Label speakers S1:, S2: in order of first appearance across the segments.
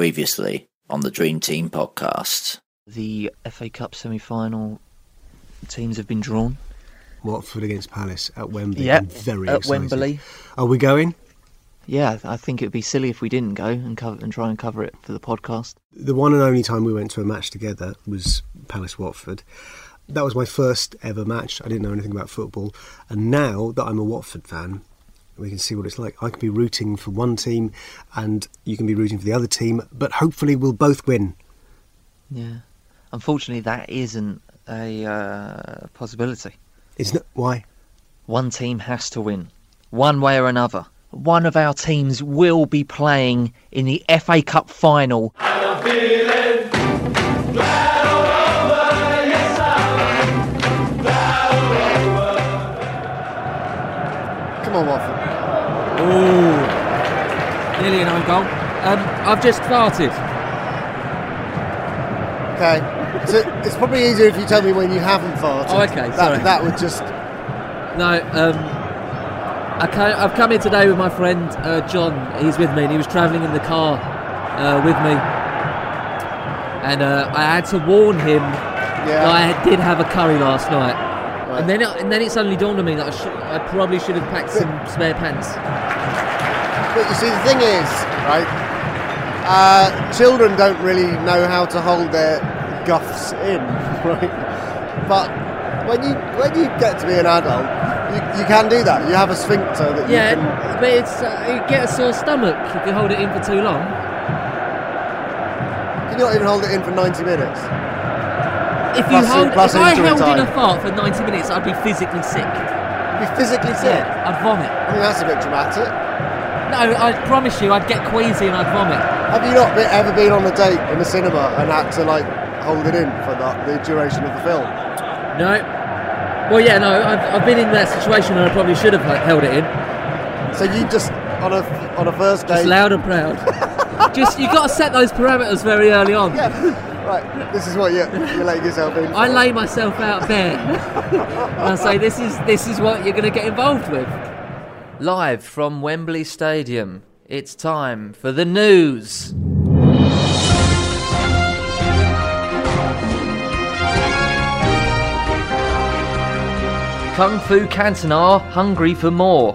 S1: previously on the Dream Team podcast.
S2: The FA Cup semi final teams have been drawn.
S3: Watford against Palace at Wembley.
S2: Yeah,
S3: I'm very
S2: at
S3: excited.
S2: Wembley.
S3: Are we going?
S2: Yeah, I think it would be silly if we didn't go and cover and try and cover it for the podcast.
S3: The one and only time we went to a match together was Palace Watford. That was my first ever match. I didn't know anything about football, and now that I'm a Watford fan, we can see what it's like. I can be rooting for one team, and you can be rooting for the other team. But hopefully, we'll both win.
S2: Yeah, unfortunately, that isn't a uh, possibility.
S3: It's not why.
S2: One team has to win, one way or another. One of our teams will be playing in the FA Cup final.
S4: Come on, Watford.
S5: Ooh. Nearly an own goal. Um, I've just farted.
S4: Okay. So it's probably easier if you tell me when you haven't farted.
S5: Oh, okay,
S4: That,
S5: sorry.
S4: that would just.
S5: No, um, I ca I've come here today with my friend uh, John. He's with me and he was travelling in the car uh, with me. And uh, I had to warn him that
S4: Yeah.
S5: I did have a curry last night.
S4: Right.
S5: And then, it, and then it suddenly dawned on me that I, should, I probably should have packed some spare pants.
S4: But you see, the thing is, right? Uh, children don't really know how to hold their guffs in, right? But when you when you get to be an adult, you, you can do that. You have a sphincter that
S5: Yeah,
S4: you can.
S5: but it's uh, you get a sore stomach if you hold it in for too long.
S4: You not even hold it in for ninety minutes.
S5: If you
S4: Plus-
S5: hold,
S4: plus
S5: if I
S4: injury
S5: held in
S4: time.
S5: a fart for 90 minutes, I'd be physically sick.
S4: You'd be physically sick.
S5: Yeah, I'd vomit.
S4: I mean, that's a bit dramatic.
S5: No, I promise you, I'd get queasy and I'd vomit.
S4: Have you not be- ever been on a date in a cinema and had to like hold it in for the, the duration of the film?
S5: No. Well, yeah, no, I've, I've been in that situation where I probably should have like, held it in.
S4: So you just on a on a first
S5: Just
S4: date.
S5: loud and proud. Just you got to set those parameters very early on.
S4: Yeah. Right. This is what you you're letting yourself in.
S5: I
S4: for.
S5: lay myself out bare and I say, "This is this is what you're going to get involved with." Live from Wembley Stadium, it's time for the news. Kung Fu Cantona hungry for more.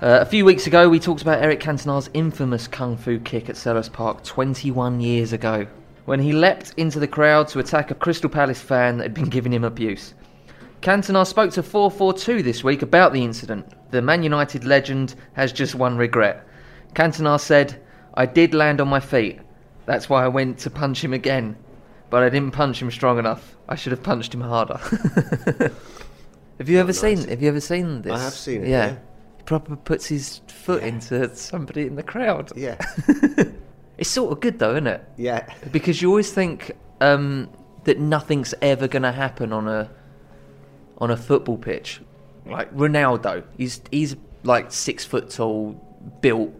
S5: Uh, a few weeks ago, we talked about Eric Cantona's infamous kung fu kick at Sellers Park 21 years ago, when he leapt into the crowd to attack a Crystal Palace fan that had been giving him abuse. Cantona spoke to 442 this week about the incident. The Man United legend has just one regret. Cantona said, I did land on my feet. That's why I went to punch him again. But I didn't punch him strong enough. I should have punched him harder. have you ever seen have you ever seen this?
S3: I have seen it, yeah.
S5: He proper puts his foot into somebody in the crowd.
S3: Yeah,
S5: It's sort of good though, isn't it?
S3: yeah.
S5: Because you always think um, that nothing's ever going to happen on a on a football pitch. Like Ronaldo, he's he's like six foot tall, built.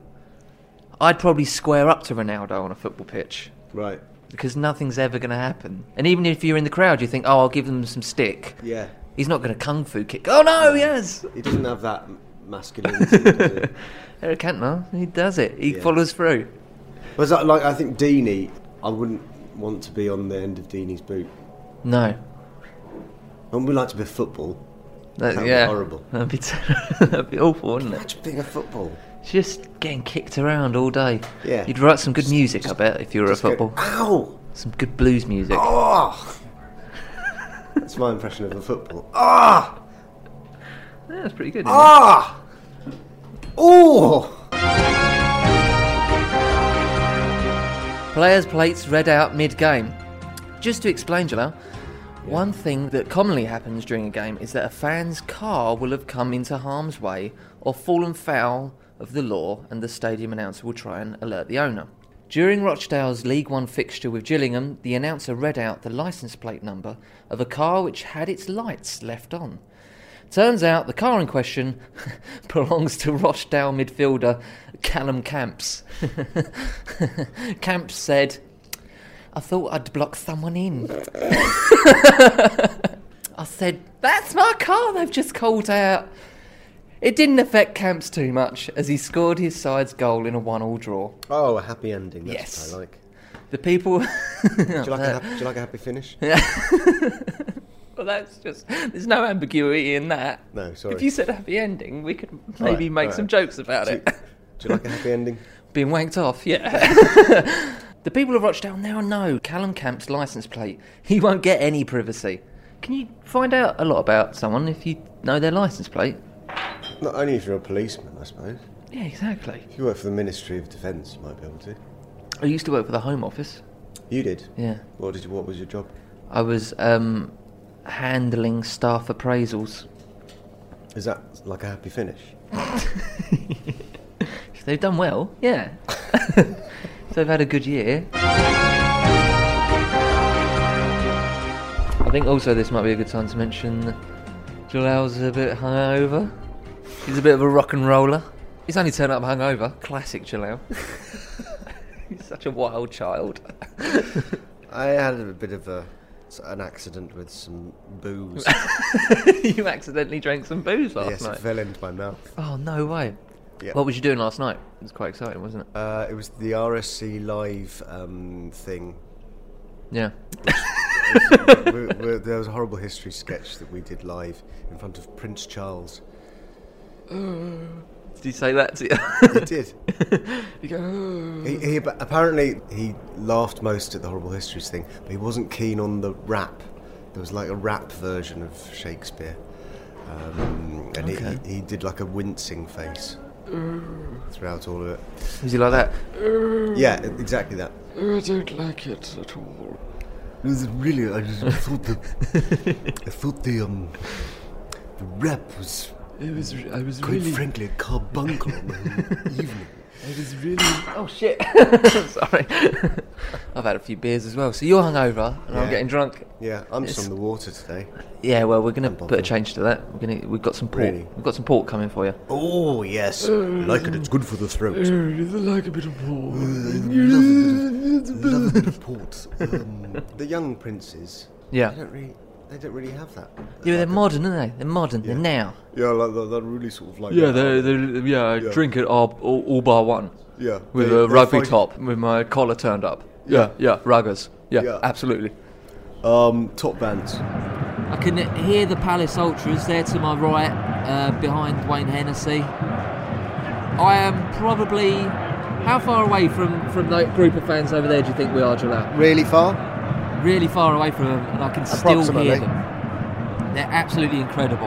S5: I'd probably square up to Ronaldo on a football pitch
S3: Right.
S5: because nothing's ever going to happen. And even if you're in the crowd, you think, "Oh, I'll give them some stick."
S3: Yeah.
S5: He's not going to kung fu kick. Oh no, he has.
S3: He doesn't have that masculinity. does he?
S5: Eric Cantona, he does it. He
S3: Yeah.
S5: follows through.
S3: Was that like I think Deeney? I wouldn't want to be on the end of Deeney's boot.
S5: No,
S3: I would like to be a football.
S5: That,
S3: That'd be
S5: yeah.
S3: horrible.
S5: That'd be, ter- that'd be awful, wouldn't it?
S3: Imagine being a football.
S5: Just getting kicked around all day.
S3: Yeah.
S5: You'd write some good music, I bet, if you were a football.
S3: Ow!
S5: Some good blues music.
S3: Oh! That's my impression of a football. Ah!
S5: Yeah, that's pretty good. isn't it?
S3: Ah! Oh!
S5: Players' plates read out mid game. Just to explain, Jalal, one thing that commonly happens during a game is that a fan's car will have come into harm's way or fallen foul of the law, and the stadium announcer will try and alert the owner. During Rochdale's League One fixture with Gillingham, the announcer read out the licence plate number of a car which had its lights left on. Turns out the car in question belongs to Rochdale midfielder Callum Camps. Camps said, I thought I'd block someone in. I said, That's my car they've just called out. It didn't affect Camps too much, as he scored his side's goal in a one-all draw.
S4: Oh, a happy ending. That's
S5: Yes. uh,
S4: what I like.
S5: The people.
S4: Do you like, a, hap- do you like a happy finish?
S5: well, that's just. There's no ambiguity in that.
S4: No, sorry.
S5: If you said happy ending, we could maybe
S4: Right,
S5: make
S4: right.
S5: some jokes about
S4: do, you,
S5: it.
S4: do you like a happy ending?
S5: Being wanked off, yeah. the people of Rochdale now know Callum Camp's license plate. He won't get any privacy. Can you find out a lot about someone if you know their license plate?
S4: Not only if you're a policeman, I suppose.
S5: Yeah, exactly.
S4: If you work for the Ministry of Defence, you might be able to.
S5: I used to work for the Home Office.
S4: You did.
S5: Yeah.
S4: What did you? What was your job?
S5: I was um, handling staff appraisals.
S4: Is that like a happy finish?
S5: If they've done well, yeah. if they've had a good year. I think also this might be a good time to mention that Jalel's a bit hungover. He's a bit of a rock and roller. He's only turned up hungover. Classic Jalel. He's such a wild child.
S4: I had a bit of a an accident with some booze.
S5: you accidentally drank some booze last
S4: yes,
S5: night.
S4: it fell into my mouth.
S5: Oh, no way.
S4: Yeah.
S5: What was you doing last night? It was quite exciting, wasn't it?
S4: Uh, it was the RSC live um, thing.
S5: Yeah.
S4: we, we, there was a horrible history sketch that we did live in front of Prince Charles.
S5: Did you say that to
S4: He did.
S5: you go,
S4: He, he ab- apparently he laughed most at the horrible histories thing, but he wasn't keen on the rap. There was like a rap version of Shakespeare, um, and he-
S5: Okay. Mm.
S4: he, he did like a wincing face throughout all of it.
S5: Was he like that?
S4: Yeah, e- exactly that.
S5: I don't like it at all.
S4: It was really. I, just, I thought the I thought the um the rap was
S5: It was. I was
S4: frankly a carbuncle on the whole evening.
S5: I was really. Oh shit! Sorry. I've had a few beers as well, so you're hungover and I'm
S4: Yeah.
S5: getting drunk.
S4: Yeah, I'm
S5: It's-
S4: just on the water today.
S5: Yeah, well, we're gonna
S4: I'm
S5: put a
S4: bothered.
S5: change to that. We're gonna. We've got some port.
S4: Really?
S5: We've got some port coming for you.
S4: Oh yes,
S5: Uh,
S4: I like it. It's good for the throat.
S5: like a bit of port.
S4: Um, the young princes.
S5: Yeah.
S4: They don't really. They don't really have that.
S5: Yeah, they're modern, aren't they? They're modern. They're now.
S4: Yeah, like they're, they're really sort of like.
S5: they're yeah.
S4: Yeah.
S5: Drink it all, all, all bar one.
S4: Yeah.
S5: With
S4: they-
S5: a
S4: they're
S5: rugby
S4: fighting-
S5: top, with my collar turned up. Yeah, yeah, ruggers. yeah.
S4: Yeah.
S5: absolutely.
S4: Um, top bands.
S6: I can hear the Palace Ultras there to my right, uh, behind Wayne Hennessy. I am probably how far away from from that group of fans over there do you think we are, Jalal?
S4: Really far.
S6: Really far away from them, and I can still hear
S4: Approximately.
S6: them. They're absolutely incredible.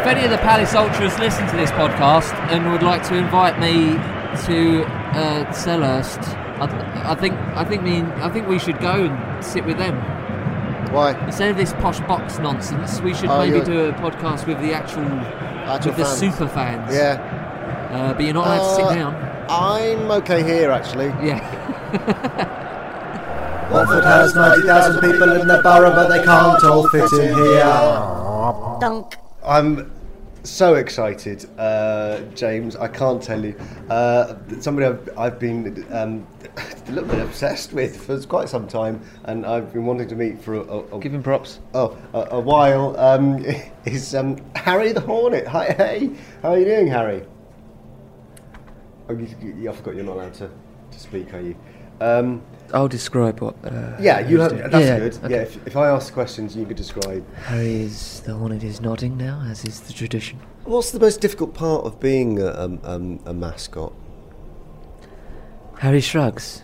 S6: If any of the Palace Ultras listen to this podcast and would like to invite me to uh, Selhurst, I, th- I think I think me I think we should go and sit with them.
S4: Why?
S6: Instead of this posh box nonsense, we should
S4: Oh,
S6: maybe
S4: you're-
S6: do a podcast with the actual, with the super fans.
S4: Yeah.
S6: Uh, but you're not allowed to
S4: Uh,
S6: sit down.
S4: I'm okay here actually.
S6: Yeah.
S7: Watford has 90,000 people in the borough, but they can't all fit in here.
S4: I'm so excited, uh, James. I can't tell you. Uh, somebody I've, I've been um, a little bit obsessed with for quite some time, and I've been wanting to meet for a, a,
S5: Give
S4: a,
S5: him props.
S4: oh, a, a while um, is um, Harry the Hornet. Hi, hey, how are you doing, Harry? Oh, you, you, I forgot you're not allowed to, to speak, are you? Um,
S5: I'll describe what. Uh,
S4: yeah, you have. That's
S5: Yeah,
S4: good.
S5: okay.
S4: Yeah, if, if I ask questions, you could describe.
S5: Harry is the hornet is nodding now, as is the tradition.
S4: What's the most difficult part of being a, um, um, a mascot?
S5: Harry shrugs.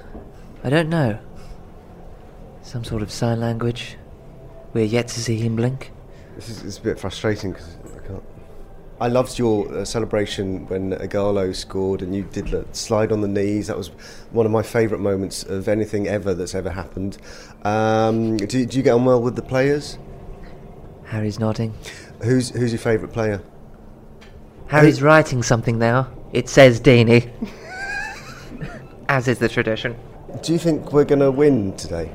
S5: I don't know. Some sort of sign language. We're yet to see him blink.
S4: This is, it's a bit frustrating because I can't. I loved your uh, celebration when Igalo scored and you did the slide on the knees. That was one of my favourite moments of anything ever that's ever happened. Um, do, do you get on well with the players?
S5: Harry's nodding.
S4: Who's who's your favourite player?
S5: Harry's writing something now. It says Deanie. as is the tradition.
S4: Do you think we're going to win today?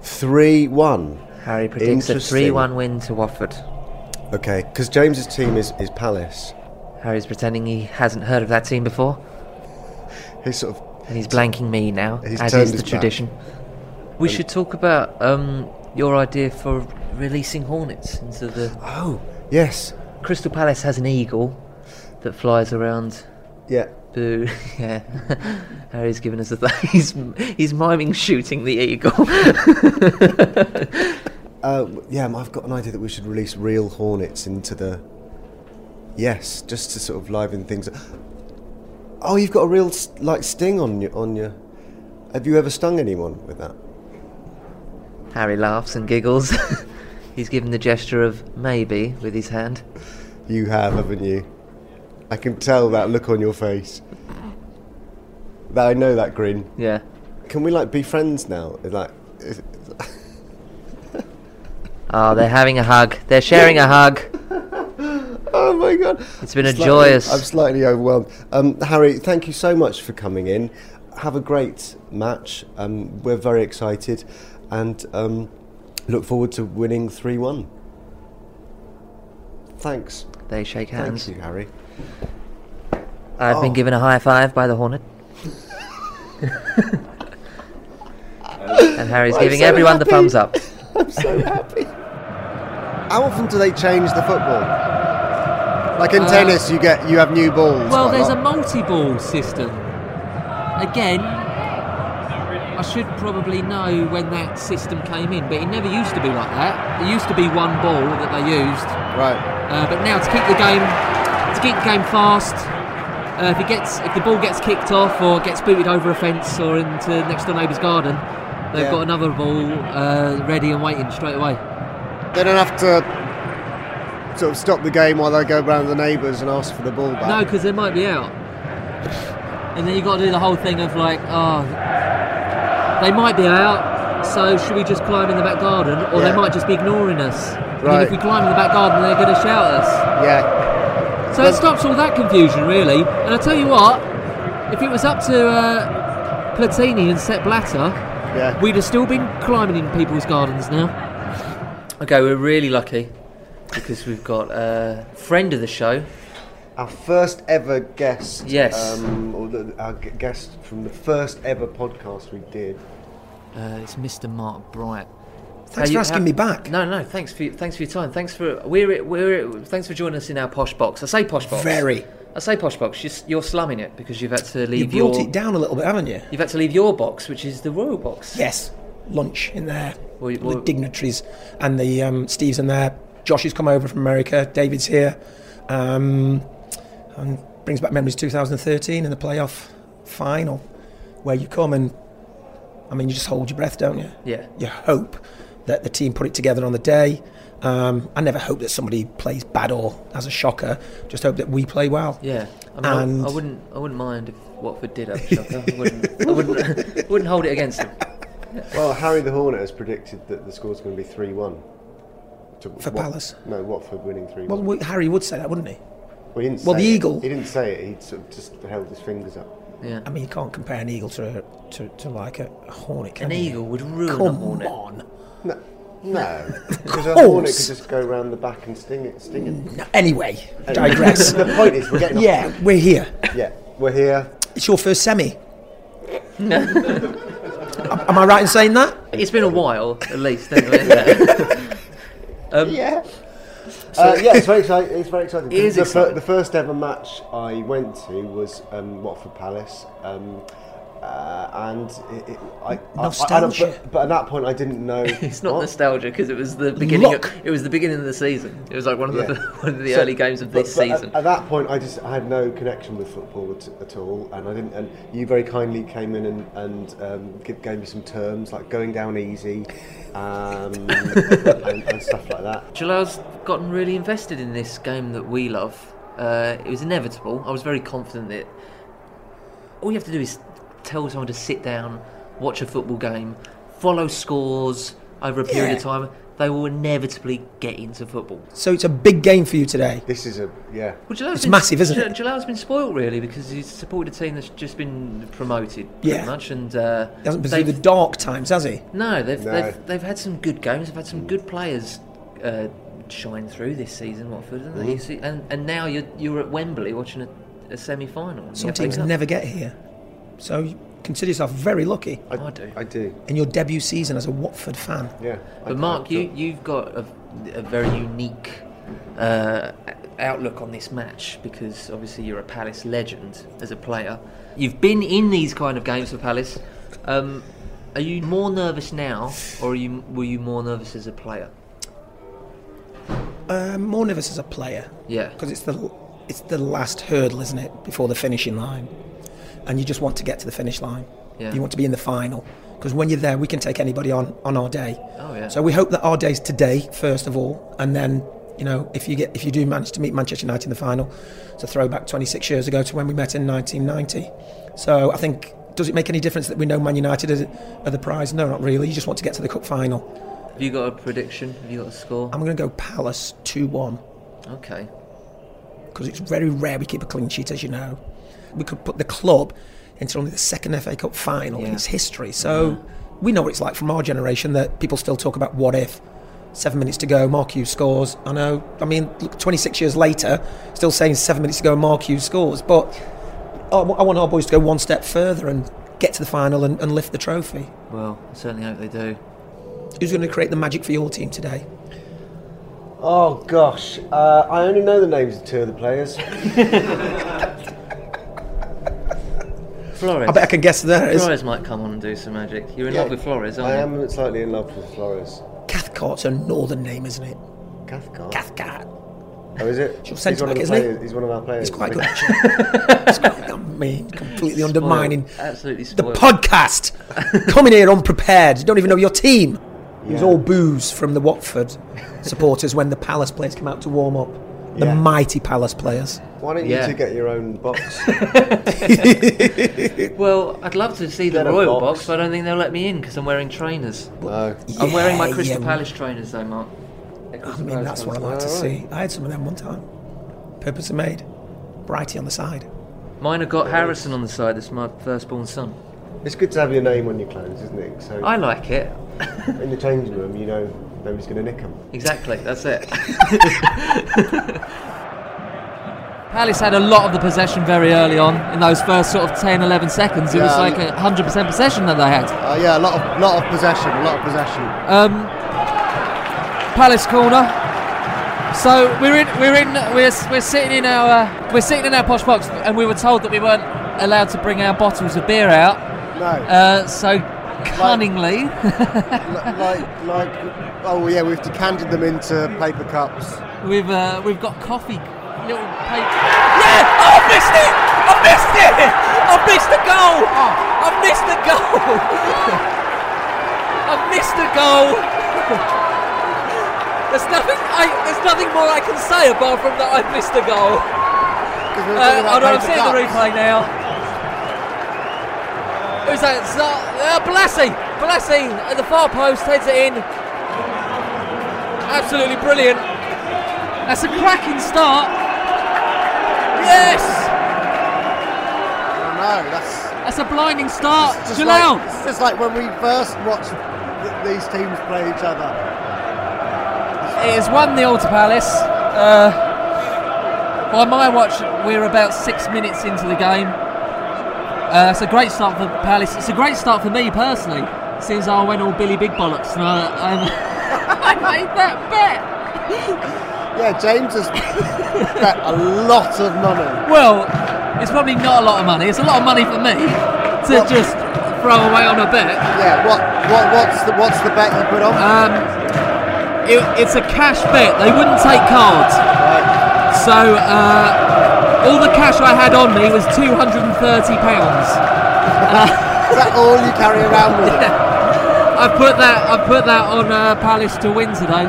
S4: 3 1.
S5: Harry predicts a
S4: Interesting.
S5: 3 1 win to Watford.
S4: Okay, because James's team is, is Palace.
S5: Harry's pretending he hasn't heard of that team before,
S4: He's sort of.
S5: and he's blanking me now,
S4: He's
S5: as
S4: turned
S5: is the
S4: his back.
S5: tradition. We should talk about um, your idea for releasing hornets into the.
S4: Oh, yes.
S5: Crystal Palace has an eagle that flies around.
S4: Yeah.
S5: Boo! Yeah, Harry's giving us a th- he's he's miming shooting the eagle.
S4: Uh, yeah, I've got an idea that we should release real hornets into the. Yes, just to sort of liven things. up. Oh, you've got a real s- like sting on you. On your, have you ever stung anyone with that?
S5: Harry laughs and giggles. he's given the gesture of maybe with his hand.
S4: You have, haven't you? I can tell that look on your face. That I know that grin.
S5: Yeah.
S4: Can we like be friends now? Like, if-
S5: Oh, they're having a hug. They're sharing a hug.
S4: oh my god!
S5: It's been a
S4: Slightly-
S5: joyous.
S4: I'm slightly overwhelmed. Um, Harry, thank you so much for coming in. Have a great match. Um, we're very excited, and um, look forward to winning three one. Thanks.
S5: They shake hands.
S4: Thank you, Oh. Harry.
S5: I've been given a high five by the Hornet. and Harry's giving
S3: so
S5: everyone the
S3: happy.
S5: thumbs up.
S3: How often do they change the football? Like
S7: Uh,
S3: in tennis, you get you have new balls.
S6: Well,
S3: quite
S6: there's a
S3: lot.
S6: multi-ball system. Again, I should probably know when that system came in, but it never used to be like that. It used to be one ball that they used,
S3: right.
S6: uh, but now to keep the game to keep the game fast. Uh, if it gets if the ball gets kicked off or gets booted over a fence or into next door neighbour's garden, they've
S3: Yeah.
S6: got another ball uh, ready and waiting straight away.
S3: They don't have to sort of stop the game while they go round the neighbours and ask for the ball back.
S6: No, because they might be out. And then you've got to do the whole thing of like, oh, they might be out, so should we just climb in the back garden? Or
S3: Yeah.
S6: they might just be ignoring us. And then
S3: Right.
S6: if we climb in the back garden, they're going to shout at us.
S3: Yeah.
S6: So it stops all that confusion, really. And I tell you what, if it was up to uh, Platini and Sepp Blatter,
S3: Yeah.
S6: we'd have still been climbing in people's gardens now.
S5: Okay, we're really lucky because we've got a friend of the show.
S4: Our first ever guest.
S5: Yes.
S4: Um, or the, our g- guest from the first ever podcast we did.
S6: Uh, it's Mr. Mark Bright.
S5: How
S4: Thanks
S5: you-
S4: for asking
S5: how-
S4: me back.
S5: No, no, thanks for thanks for your time. Thanks for we're at- we're at- thanks for joining us in our posh box. I say posh box.
S8: Very.
S5: I say posh box. You're, s- you're slumming it because you've had to
S8: You
S5: leave
S8: brought
S5: your
S8: it down a little bit, haven't you?
S5: you've had to leave your box, which is the royal box.
S8: Yes. Lunch in there.
S5: Well, you-
S8: the
S5: well-
S8: dignitaries and the um, Steve's in there. Josh has come over from America. David's here. Um, and brings back memories 2013 in the playoff final, where you come and I mean you just hold your breath, don't you?
S5: Yeah.
S8: you hope that the team put it together on the day. Um, I never hope that somebody plays bad or has a shocker. Just hope that we play well.
S5: Yeah. I mean, I-
S8: And-
S5: I, wouldn't I wouldn't mind if Watford did have a shocker. I wouldn't I wouldn't, wouldn't hold it against them.
S4: Well, Harry the Hornet has predicted that the score's going to be 3 1.
S8: For Palace?
S4: No, Watford winning 3
S8: Well,
S4: 1.
S8: we, Harry would say that, wouldn't he?
S4: didn't
S8: well,
S4: say
S8: the
S4: it.
S8: Eagle-
S4: He didn't say it, he sort of just held his fingers up.
S5: Yeah.
S8: I mean, you can't compare an eagle to a, to, to like a a hornet. Can
S5: An
S8: you?
S5: eagle would ruin a
S8: Come
S5: hornet.
S8: on.
S4: No. No. Because a
S8: course.
S4: hornet could just go round the back and sting it. Sting it.
S8: No, anyway, digress.
S4: the point is, we're getting off-
S8: yeah, we're here.
S4: Yeah, we're here.
S8: It's your first semi. am am I right in saying that?
S5: It's been a while, at least. Anyway.
S4: Yeah. uh, yeah, it's very exciting. It's very exciting.
S5: It is
S4: the, fir-
S5: exciting.
S4: the first ever match I went to was um, Watford Palace, um, uh, and it, it, I, I- I, I,
S8: Nostalgia.
S4: but, but at that point, I didn't know.
S5: It's not
S4: what?
S5: nostalgia because it was the beginning. Of,
S8: Look.
S5: it was the beginning of the season. It was like one of the
S4: Yeah.
S5: one of the
S4: So-
S5: early games of
S4: but-
S5: this
S4: but uh, at-
S5: season.
S4: At, that point, I just I had no connection with football at, at all, and I didn't. And you very kindly came in and and um, gave, gave me some terms like going down easy, um, and, and stuff like that.
S5: Jalil's gotten really invested in this game that we love. Uh, it was inevitable. I was very confident that all you have to do is tell someone to sit down, watch a football game, follow scores over a period of time. They will inevitably get into football.
S8: So it's a big game for you today.
S4: This is a yeah.
S5: Well, Jalil's
S8: It's massive, isn't it?
S5: Jalil's been spoilt really because he's supported a team that's just been promoted pretty
S8: Yeah.
S5: much, and uh,
S8: He hasn't been through
S5: they've-
S8: the dark times, has he?
S5: No, they've,
S4: No.
S5: they've they've had some good games. They've had some good players uh, shine through this season, Watford, haven't
S4: Mm-hmm.
S5: they? You see, and and now you're you're at Wembley watching a, a semi final.
S8: Some teams never get here. So consider yourself very lucky
S5: I, do.
S4: I do.
S8: in your debut season as a Watford fan.
S4: Yeah. I-
S5: But Mark, you you've got a, a very unique uh, outlook on this match because obviously you're a Palace legend as a player. You've been in these kind of games for Palace. Um, are you more nervous now, or are you were you more nervous as a player?
S8: Um, more nervous as a player
S5: Yeah.
S8: because it's the it's the last hurdle, isn't it, before the finishing line, and you just want to get to the finish line.
S5: Yeah.
S8: You want to be in the final because when you're there, we can take anybody on on our day.
S5: Oh yeah.
S8: So we hope that our day's today first of all, and then you know if you get if you do manage to meet Manchester United in the final, it's a throwback 26 years ago to when we met in 1990. So I think does it make any difference that we know Man United are, are the prize? No, not really. You just want to get to the cup final.
S5: Have you got a prediction? Have you got a score?
S8: I'm going to go Palace 2-1.
S5: Okay.
S8: because it's very rare we keep a clean sheet, as you know. We could put the club into only the second FA Cup final in
S5: Yeah.
S8: its history. So we know what it's like from our generation that people still talk about what if. Seven minutes to go, Mark Hughes scores. I know, I mean, look, 26 years later, still saying seven minutes to go, Mark Hughes scores. But I wa- I want our boys to go one step further and get to the final and, and lift the trophy.
S5: Well, I certainly hope they do.
S8: Who's going to create the magic for your team today?
S4: Oh gosh, uh, I only know the names of two of the players.
S5: Flores.
S8: I bet I can guess there is.
S5: Flores might come on and do some magic. You're in love with Flores, aren't
S4: I
S5: you?
S4: am slightly in love with Flores.
S8: Cathcart's a northern name, isn't it?
S4: Cathcart.
S8: Cathcart.
S4: oh, is it?
S8: Sure, centre
S4: he's one of
S8: back,
S4: the
S8: isn't he?
S4: players. He's one of our players.
S8: It's quite
S4: isn't
S8: good,
S4: he?
S8: actually. It's quite- I mean, completely undermining
S5: Absolutely
S8: the
S5: spoiled.
S8: podcast. Coming here unprepared. You don't even know your team. It was
S4: Yeah.
S8: all boos from the Watford supporters when the Palace players came out to warm up. The
S4: Yeah.
S8: mighty Palace players.
S4: Why don't you
S5: Yeah.
S4: two get your own box?
S5: Well, I'd love to see the
S4: Get a
S5: royal box.
S4: box.
S5: but I don't think they'll let me in because I'm wearing trainers.
S4: no.
S5: I'm wearing my
S8: Yeah,
S5: Crystal
S8: yeah.
S5: Palace trainers though, Mark.
S8: I mean, that's what I like to see. I had some of them one time. Purposely made. Brighty on the side.
S5: Mine have got Harrison on the side. That's my firstborn son.
S4: It's good to have your name on your clothes, isn't it? So
S5: I like it.
S4: in the changing room, you know nobody's going to nick them.
S5: Exactly. That's it.
S6: Palace had a lot of the possession very early on in those first sort of 10, 11 seconds. It was
S4: Yeah.
S6: like a 100% possession that they had.
S4: Uh, yeah, a lot of lot of possession, a lot of possession.
S6: Um, Palace corner. So we're in, we're in, we're, we're sitting in our, uh, we're sitting in our posh box, and we were told that we weren't allowed to bring our bottles of beer out.
S4: No,
S6: Uh, so cunningly,
S4: li- like like oh yeah, we've decanted them into paper cups.
S6: We've uh, we've got coffee, little plate. Yeah! Oh, I missed it! I missed it! I missed the goal! I missed the goal! I missed the goal! There's nothing. I, there's nothing more I can say apart from that I missed the goal.
S4: 'Cause we were
S6: Uh,
S4: talking
S6: hold
S4: about
S6: on, I'm
S4: paper
S6: seeing the
S4: cups.
S6: replay now. Who's that? It's not, uh, Balassi! Balassi at the far post heads it in. Absolutely brilliant. That's a cracking start. Yes!
S4: Oh, no, that's
S6: That's a blinding start.
S4: It's just
S6: Jalal!
S4: Like, it's just like when we first watched th- these teams play each other.
S6: It is 1 0 to Palace. Uh, by my watch, we're about six minutes into the game. Uh, it's a great start for Palace. It's a great start for me personally, since I went all Billy Big Bollocks and I, I'm, I made that bet.
S4: Yeah, James has bet a lot of money.
S6: Well, it's probably not a lot of money. It's a lot of money for me to
S4: Well-
S6: just throw away on a bet.
S4: Yeah, what what what's the what's the bet you put on?
S6: Um, it, it's a cash bet. They wouldn't take cards.
S4: Right.
S6: So uh, all the cash I had on me was two hundred and thirty pounds.
S4: Is that all you carry around with you?
S6: I put that I put that on uh, Palace to win today.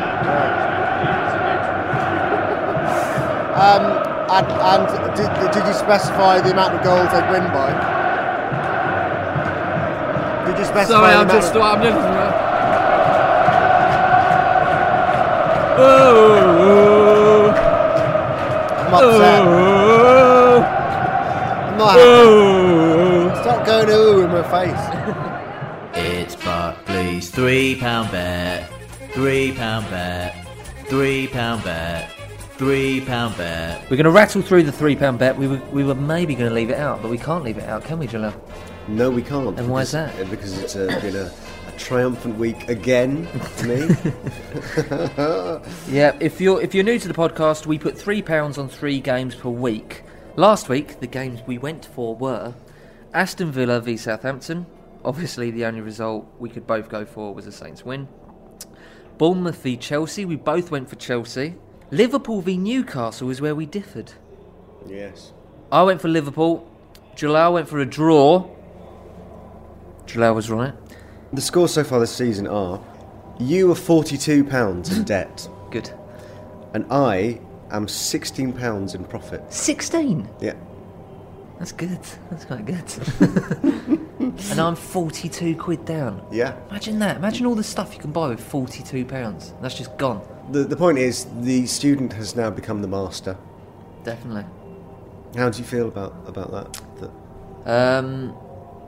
S4: Um, and and did, did you specify the amount of goals they'd win by? Did you specify?
S6: Sorry,
S4: the
S6: I'm
S4: amount
S6: just
S4: of-
S6: I'm just. Oh,
S4: I'm upset.
S6: oh,
S4: I'm not happy.
S6: oh.
S4: Stop going ooh in my face.
S9: It's Barclays three pound bet, three pound bet, three pound bet, Three pound bet.
S5: We're going to rattle through the three pound bet. We were, we were maybe going to leave it out, but we can't leave it out, can we, Jalal?
S4: No, we can't.
S5: And why is
S4: because-
S5: that?
S4: uh, Because it's uh, been a, a triumphant week again for me.
S5: Yeah. If you're if you're new to the podcast, we put three pounds on three games per week. Last week, the games we went for were Aston Villa v Southampton. Obviously, the only result we could both go for was a Saints win. Bournemouth v Chelsea. We both went for Chelsea. Liverpool v Newcastle is where we differed.
S4: yes.
S5: I went for Liverpool. Jalal went for a draw. Jalal was right.
S4: The scores so far this season are you are £42 in debt,
S5: Good.
S4: and I am £16 in profit.
S5: 16.
S4: Yeah.
S5: That's good. That's quite good. and I'm 42 quid down.
S4: Yeah.
S5: Imagine that. Imagine all the stuff you can buy with 42 pounds. That's just gone.
S4: The, the point is, the student has now become the master.
S5: Definitely.
S4: How do you feel about, about that? that?
S5: Um,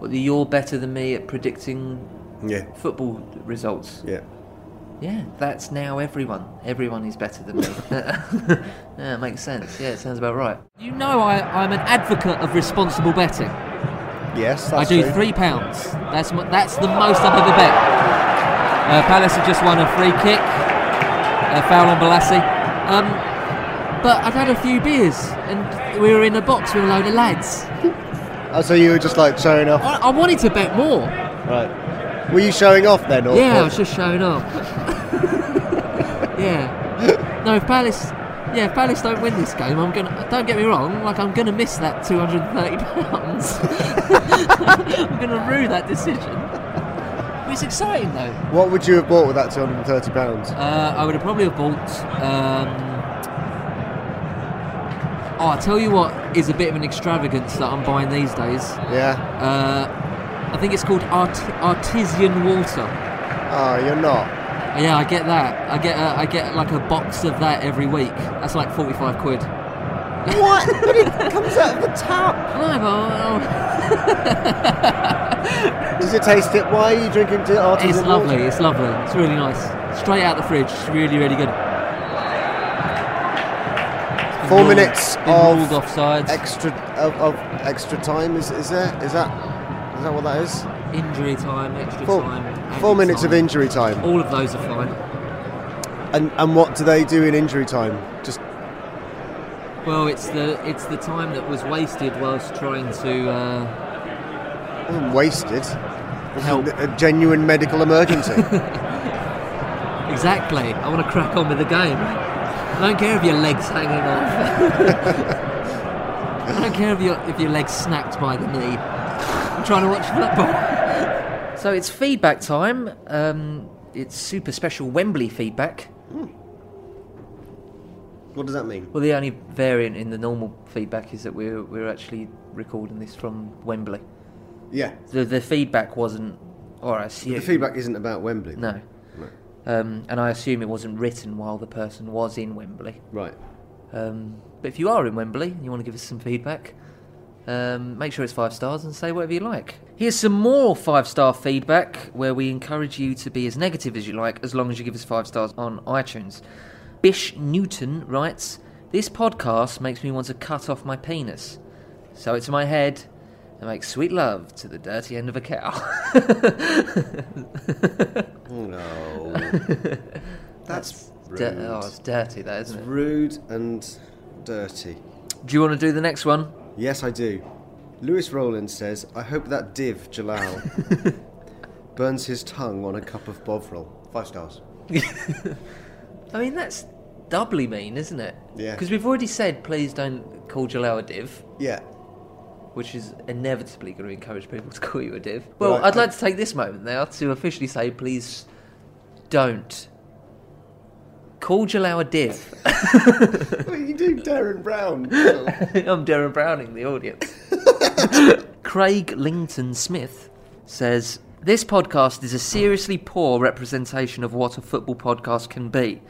S5: well, you're better than me at predicting
S4: Yeah.
S5: football results.
S4: Yeah.
S5: Yeah, that's now everyone. Everyone is better than me. yeah, it makes sense. Yeah, it sounds about right.
S6: You know, I, I'm an advocate of responsible betting.
S4: Yes,
S6: I
S4: that's
S6: do
S4: true.
S6: three pounds. That's mo- that's the most I've ever bet. Uh, Palace have just won a free kick, a foul on Balassi. Um, but I'd had a few beers and we were in a box with a load of lads.
S4: Oh, so you were just like showing off.
S6: I, I wanted to bet more.
S4: Right. Were you showing off then? Or
S6: yeah, I
S4: or-
S6: was just showing off. yeah. No, if Palace, yeah, if Palace don't win this game, I'm gonna. Don't get me wrong. Like I'm gonna miss that 230 pounds. I'm gonna rue that decision. It's exciting though.
S4: What would you have bought with that £230?
S6: Uh, I would have probably have bought. Um, oh, I tell you what is a bit of an extravagance that I'm buying these days.
S4: Yeah.
S6: Uh, I think it's called art- artesian water.
S4: Oh, you're not.
S6: Yeah, I get that. I get a, I get like a box of that every week. That's like 45 quid.
S4: What? but it comes out of the tap.
S6: No, but oh,
S4: Does it taste it? Why are you drinking to artisan
S6: it's lovely.
S4: water?
S6: It's lovely. It's really nice. Straight out the fridge. It's really, really good.
S4: Four minutes
S6: Been ruled
S4: of
S6: offsides.
S4: extra of, of extra time is is there is that is that what that is
S6: injury time, extra
S4: four,
S6: time.
S4: four
S6: added
S4: minutes of
S6: time.
S4: injury time
S6: All of those are fine.
S4: and and what do they do in injury time just
S6: Well, it's the it's the time that was wasted whilst trying to. Uh,
S4: wasn't wasted
S6: Help.
S4: wasn't a genuine medical emergency
S6: exactly. I want to crack on with the game. I don't care if your legs hanging off. I don't care if your if your legs snapped by the knee. I'm trying to watch football.
S5: So it's feedback time. Um, it's super special Wembley feedback.
S4: what does that mean
S5: Well, the only variant in the normal feedback is that we're we're actually recording this from Wembley.
S4: yeah
S5: The the feedback wasn't, or I assume
S4: the feedback isn't about Wembley
S5: no, um, and I assume it wasn't written while the person was in Wembley.
S4: right
S5: Um, but if you are in Wembley and you want to give us some feedback, um, make sure it's five stars and say whatever you like. Here's some more five star feedback where we encourage you to be as negative as you like as long as you give us five stars on iTunes. Bish Newton writes This podcast makes me want to cut off my penis. So it's my head and make sweet love to the dirty end of a cow.
S4: no that's rude.
S5: Di- oh, it's dirty, that isn't it?
S4: rude and dirty
S5: Do you want to do the next one?
S4: Yes, I do. Lewis Rowland says, I hope that div, Jalal, burns his tongue on a cup of Bovril. Five stars.
S5: I mean, that's doubly mean, isn't it?
S4: Yeah.
S5: Because we've already said, please don't call Jalal a div,
S4: Yeah.
S5: which is inevitably going to encourage people to call you a div. Well,
S4: Right,
S5: I'd like
S4: I-
S5: to take this moment now to officially say, please don't call Jalal a div.
S4: What are you doing, Darren Brown?
S5: I'm Darren Browning, the audience. Craig Lington Smith says this podcast is a seriously poor representation of what a football podcast can be.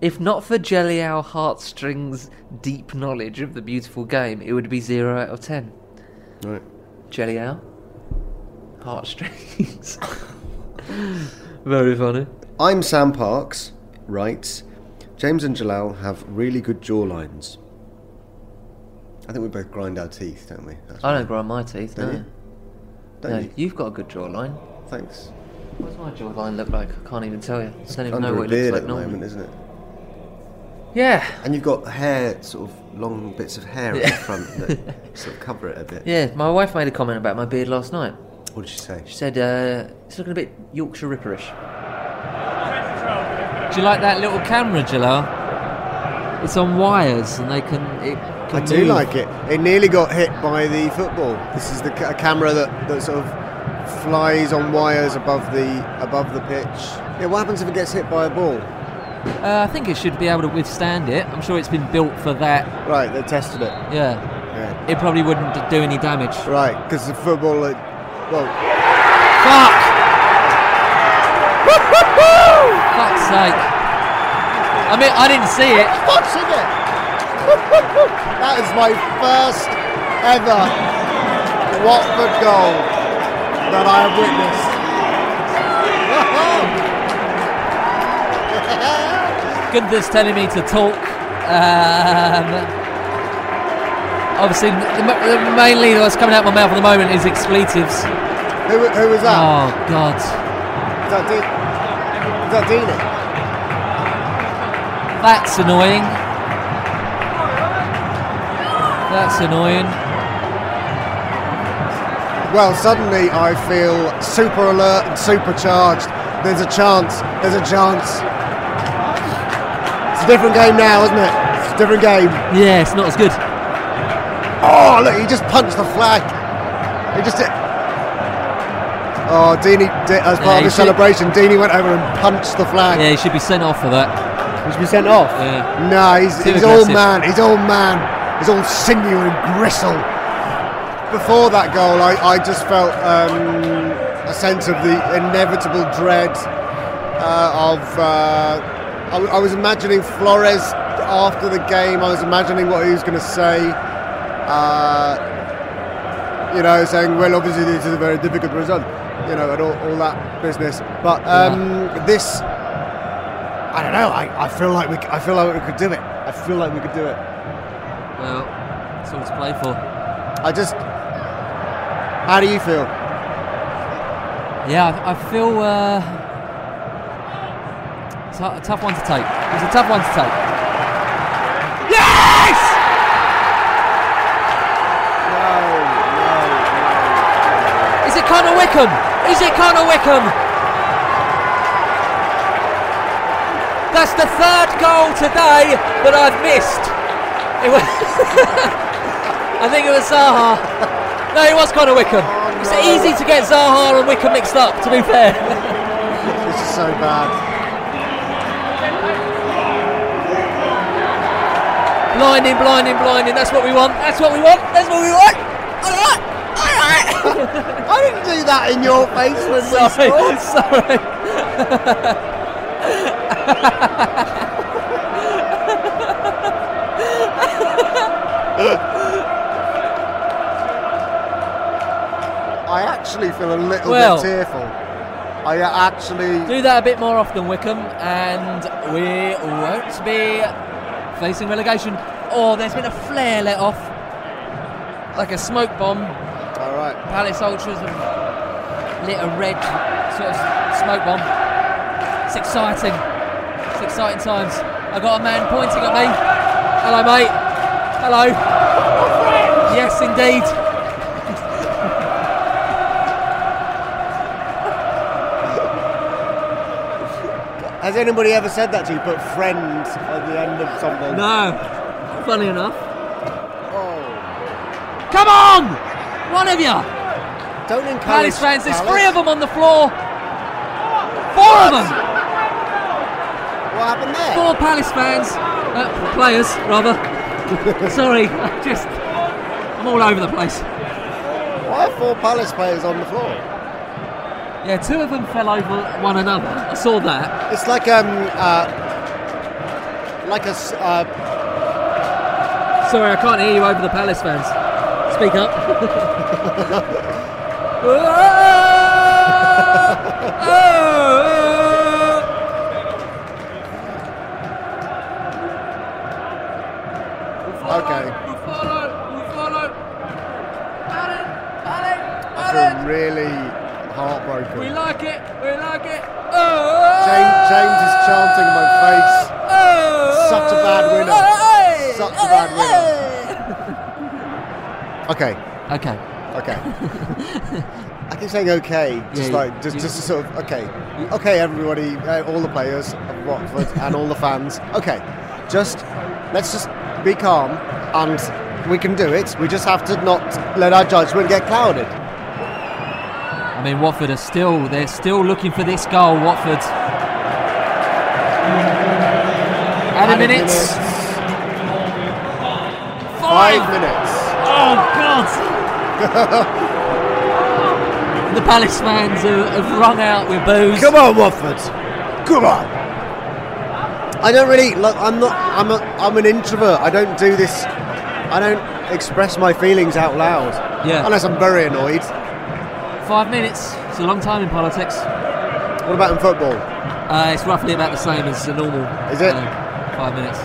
S5: If not for Jelly Our Heartstrings' deep knowledge of the beautiful game, it would be zero out of ten.
S4: right.
S5: Jelly Our Heartstrings. Very funny.
S4: I'm Sam Parks, writes, James and Jalal have really good jawlines. I think we both grind our teeth, don't we? That's
S5: I don't grind my teeth,
S4: Don't
S5: no.
S4: you? Don't
S5: no,
S4: you?
S5: you've got a good jawline.
S4: Thanks.
S5: What does my jawline look like? I can't even tell you. I don't even
S4: Under
S5: know
S4: a
S5: what it looks
S4: beard
S5: like
S4: at the
S5: normally.
S4: moment, isn't it?
S5: Yeah,
S4: And you've got hair, sort of long bits of hair at
S5: Yeah.
S4: the front that sort of cover it a bit.
S5: yeah. My wife made a comment about my beard last night.
S4: What did she say?
S5: She said uh, it's looking a bit Yorkshire ripperish.
S6: Do you like that little camera, Jalal? It's on wires and they can. It
S4: I
S6: can
S4: do
S6: move.
S4: like it. It nearly got hit by the football. This is the ca- camera that, that sort of flies on wires above the above the pitch. Yeah, what happens if it gets hit by a ball?
S6: Uh, I think it should be able to withstand it. I'm sure it's been built for that.
S4: Right, they tested it.
S6: Yeah.
S4: Yeah.
S6: It probably wouldn't d- do any damage.
S4: Right, because the football. uh, Well,
S6: Fuck! Fuck's sake. I mean, I didn't see it.
S4: watching it. that is my first ever Watford goal that I have witnessed.
S6: Gunther's telling me to talk. Um, obviously, the, ma- the mainly what's coming out of my mouth at the moment is expletives.
S4: who, who was that?
S6: Oh, God.
S4: Is that, Dean? Is that Deeney?
S6: That's annoying. That's annoying.
S4: Well, suddenly I feel super alert and supercharged. There's a chance. There's a chance. It's a different game now, isn't it? It's a different game.
S6: Yeah, it's not as good.
S4: Oh, look, he just punched the flag. He just did. Oh, Deeney, did, as
S6: Yeah,
S4: part of the
S6: he should-
S4: celebration, Deeney went over and punched the flag.
S6: Yeah, you should be sent off for that.
S4: He should be sent off.
S6: Yeah.
S4: No, he's,
S6: Too
S4: he's all
S6: aggressive.
S4: man. He's all man. He's all sinew and gristle. Before that goal, I, I just felt um, a sense of the inevitable dread uh, of. Uh, I, w- I was imagining Flores after the game. I was imagining what he was going to say. Uh, you know, saying, "Well, obviously this is a very difficult result." You know, and all, all that business. But um, this I don't know. I, I feel like we c- I feel like we could do it. I feel like we could do it.
S6: Well, it's all to play for.
S4: I just. How do you feel?
S6: Yeah, I, I feel. Uh, it's a, a tough one to take. It's a tough one to take. Yes! Is it Connor Wickham? Is it Connor Wickham? That's the third goal today that I've missed. It was I think it was Zaha. No, it was Connor Wickham.
S4: Oh,
S6: It's easy to get Zaha and Wickham mixed up, to be fair.
S4: This is so bad.
S6: blinding, blinding, blinding. That's what we want. That's what we want. That's what we want. All right. All right.
S4: I didn't do that in your face when we
S6: sorry.
S4: scored.
S6: Sorry.
S4: I actually feel a little
S6: Well.
S4: bit tearful. I uh, actually.
S6: Do that a bit more often, Wickham, and we won't be facing relegation. Oh, there's been a flare let off. Like a smoke bomb.
S4: All right.
S6: Palace Ultras have lit a red sort of smoke bomb. It's exciting. It's exciting times. I got a man pointing at me. Hello, mate. Hello. Yes, indeed.
S4: Has anybody ever said that to you? Put friend at the end of something.
S6: No. Funny enough.
S4: Oh.
S6: Come on! One of you!
S4: Don't encourage.
S6: Palace fans, there's
S4: Palace.
S6: three of them on the floor. Four of them.
S4: What happened there?
S6: Four Palace fans, uh, players rather. Sorry, I just I'm all over the place.
S4: Why are four Palace players on the floor?
S6: Yeah, two of them fell over one another. I saw that.
S4: It's like um uh, like a s- uh,
S6: Sorry, I can't hear you over the Palace fans. Speak up. Oh, oh.
S4: Bertram really heartbroken.
S6: We like it. We like it. Oh!
S4: James, James is chanting in my face. Such a bad winner. Such a bad winner. okay,
S6: Okay.
S4: okay. I keep saying okay, just
S6: Yeah,
S4: like just,
S6: you-
S4: just sort of okay, okay, everybody, uh, all the players of Watford and all the fans. Okay, just let's just be calm and we can do it. We just have to not let our judgment get clouded.
S6: I mean, Watford are still they're still looking for this goal. Watford. How many minutes?
S4: Five minutes.
S6: Oh God! the Palace fans have, have rung out with boos.
S4: Come on, Watford. Come on. I don't really look. I'm not. I'm a. I'm an introvert. I don't do this. I don't express my feelings out loud.
S6: Yeah.
S4: Unless I'm very annoyed.
S6: Five minutes. It's a long time in politics.
S4: What about in football?
S6: Uh, it's roughly about the same as the normal.
S4: Is it?
S6: uh, five minutes.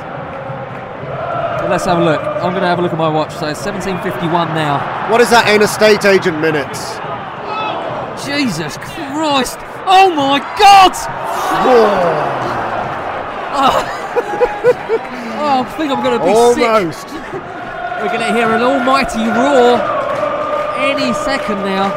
S6: But let's have a look. I'm going to have a look at my watch. So it's 17:51 now.
S4: What is that in estate agent minutes?
S6: Jesus Christ! Oh my God! Oh, I think I'm going to be sick.
S4: Almost.
S6: We're going to hear an almighty roar any second now.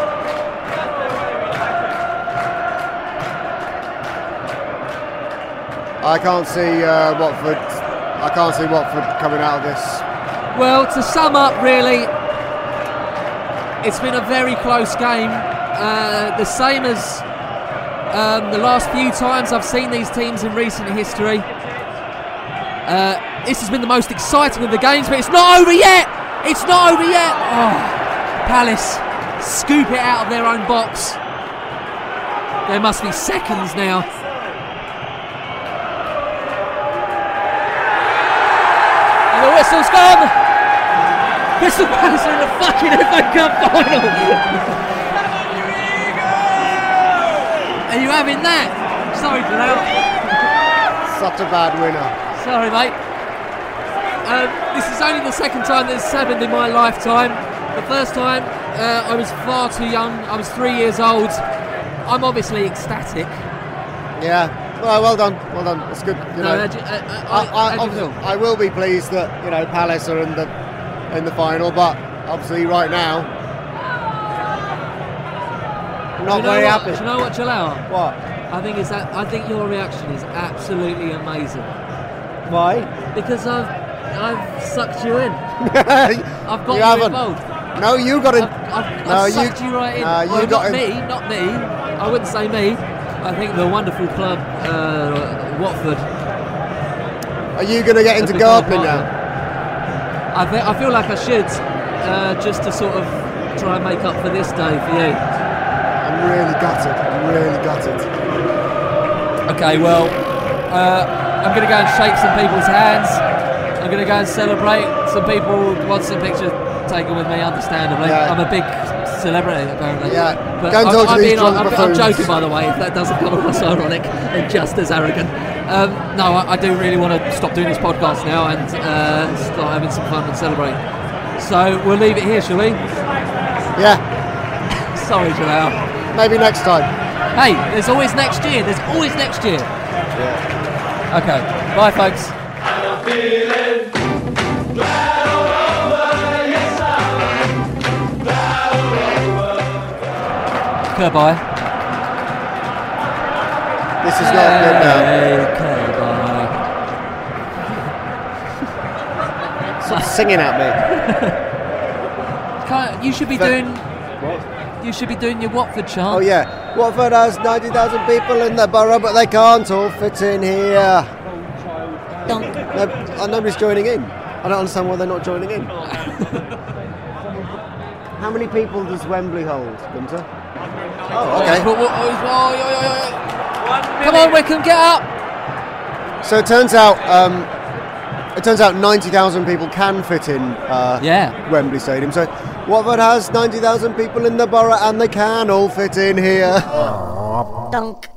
S4: I can't see uh, Watford. I can't see Watford coming out of this.
S6: Well, to sum up, really, it's been a very close game. Uh, the same as um, the last few times I've seen these teams in recent history. Uh, this has been the most exciting of the games, but it's not over yet! It's not over yet! Oh, Palace scoop it out of their own box. There must be seconds now. And the whistle's gone! Crystal Palace are in the fucking FA Cup final! are you having that? Sorry for that.
S4: Such a bad winner.
S6: Sorry, mate. Um, this is only the second time this has happened in my lifetime. The first time, uh, I was far too young. I was three years old. I'm obviously ecstatic.
S4: Yeah. Well, well done. Well done. It's good. You
S6: No,
S4: know.
S6: I ju- I- I-
S4: I,
S6: I-
S4: I,
S6: I
S4: obviously,
S6: feel-
S4: I will be pleased that you know Palace are in the in the final, but obviously right now, I'm not
S6: Do you know
S4: very
S6: what-
S4: happy.
S6: Do you know what, Jalal?
S4: What?
S6: I think is that I think your reaction is absolutely amazing
S4: Why?
S6: because I've I've sucked you in. I've got
S4: you
S6: you
S4: haven't.
S6: involved.
S4: No, you got
S6: I've,
S4: it.
S6: I've,
S4: No,
S6: I've
S4: you-
S6: sucked you, right in.
S4: no, you
S6: well,
S4: got
S6: not
S4: in.
S6: me, not me. I wouldn't say me. I think the wonderful club uh, Watford.
S4: Are you going to get into
S6: have become a
S4: gardening
S6: partner.
S4: now?
S6: I, th- I feel like I should uh, just to sort of try and make up for this day for you.
S4: I'm really gutted. I'm really gutted.
S6: Okay, well, uh, I'm going to go and shake some people's hands. I'm going to go and celebrate. Some people want some pictures taken with me, understandably.
S4: Yeah.
S6: I'm a big celebrity, apparently.
S4: Yeah.
S6: But
S4: Go and
S6: I'm,
S4: talk to
S6: I'm,
S4: these
S6: being,
S4: drunk
S6: I'm, I'm
S4: buffoons.
S6: joking, by the way, if that doesn't come across ironic and just as arrogant. Um, no, I, I do really want to stop doing this podcast now and uh, start having some fun and celebrate. So we'll leave it here, shall we?
S4: Yeah,
S6: Sorry, Jalal.
S4: maybe next time.
S6: Hey, there's always next year. There's always next year. Okay. Bye, folks. Goodbye.
S4: This is not good now.
S6: Goodbye.
S4: Stop singing at me.
S6: Can't- You should be
S4: But-
S6: doing. You should be doing your Watford chant.
S4: Oh yeah, Watford has 90,000 people in the borough, but they can't all fit in here.
S6: Dunk.
S4: No, uh, nobody's joining in. I don't understand why they're not joining in. How many people does Wembley hold, Gunter? Oh, okay.
S6: But what- oh, oh, oh, oh, oh. Come on, Wickham, get up!
S4: So it turns out, um, it turns out 90,000 people can fit in uh,
S6: Yeah.
S4: Wembley Stadium. So Watford has 90,000 people in the borough, and they can all fit in here.
S10: Dunk.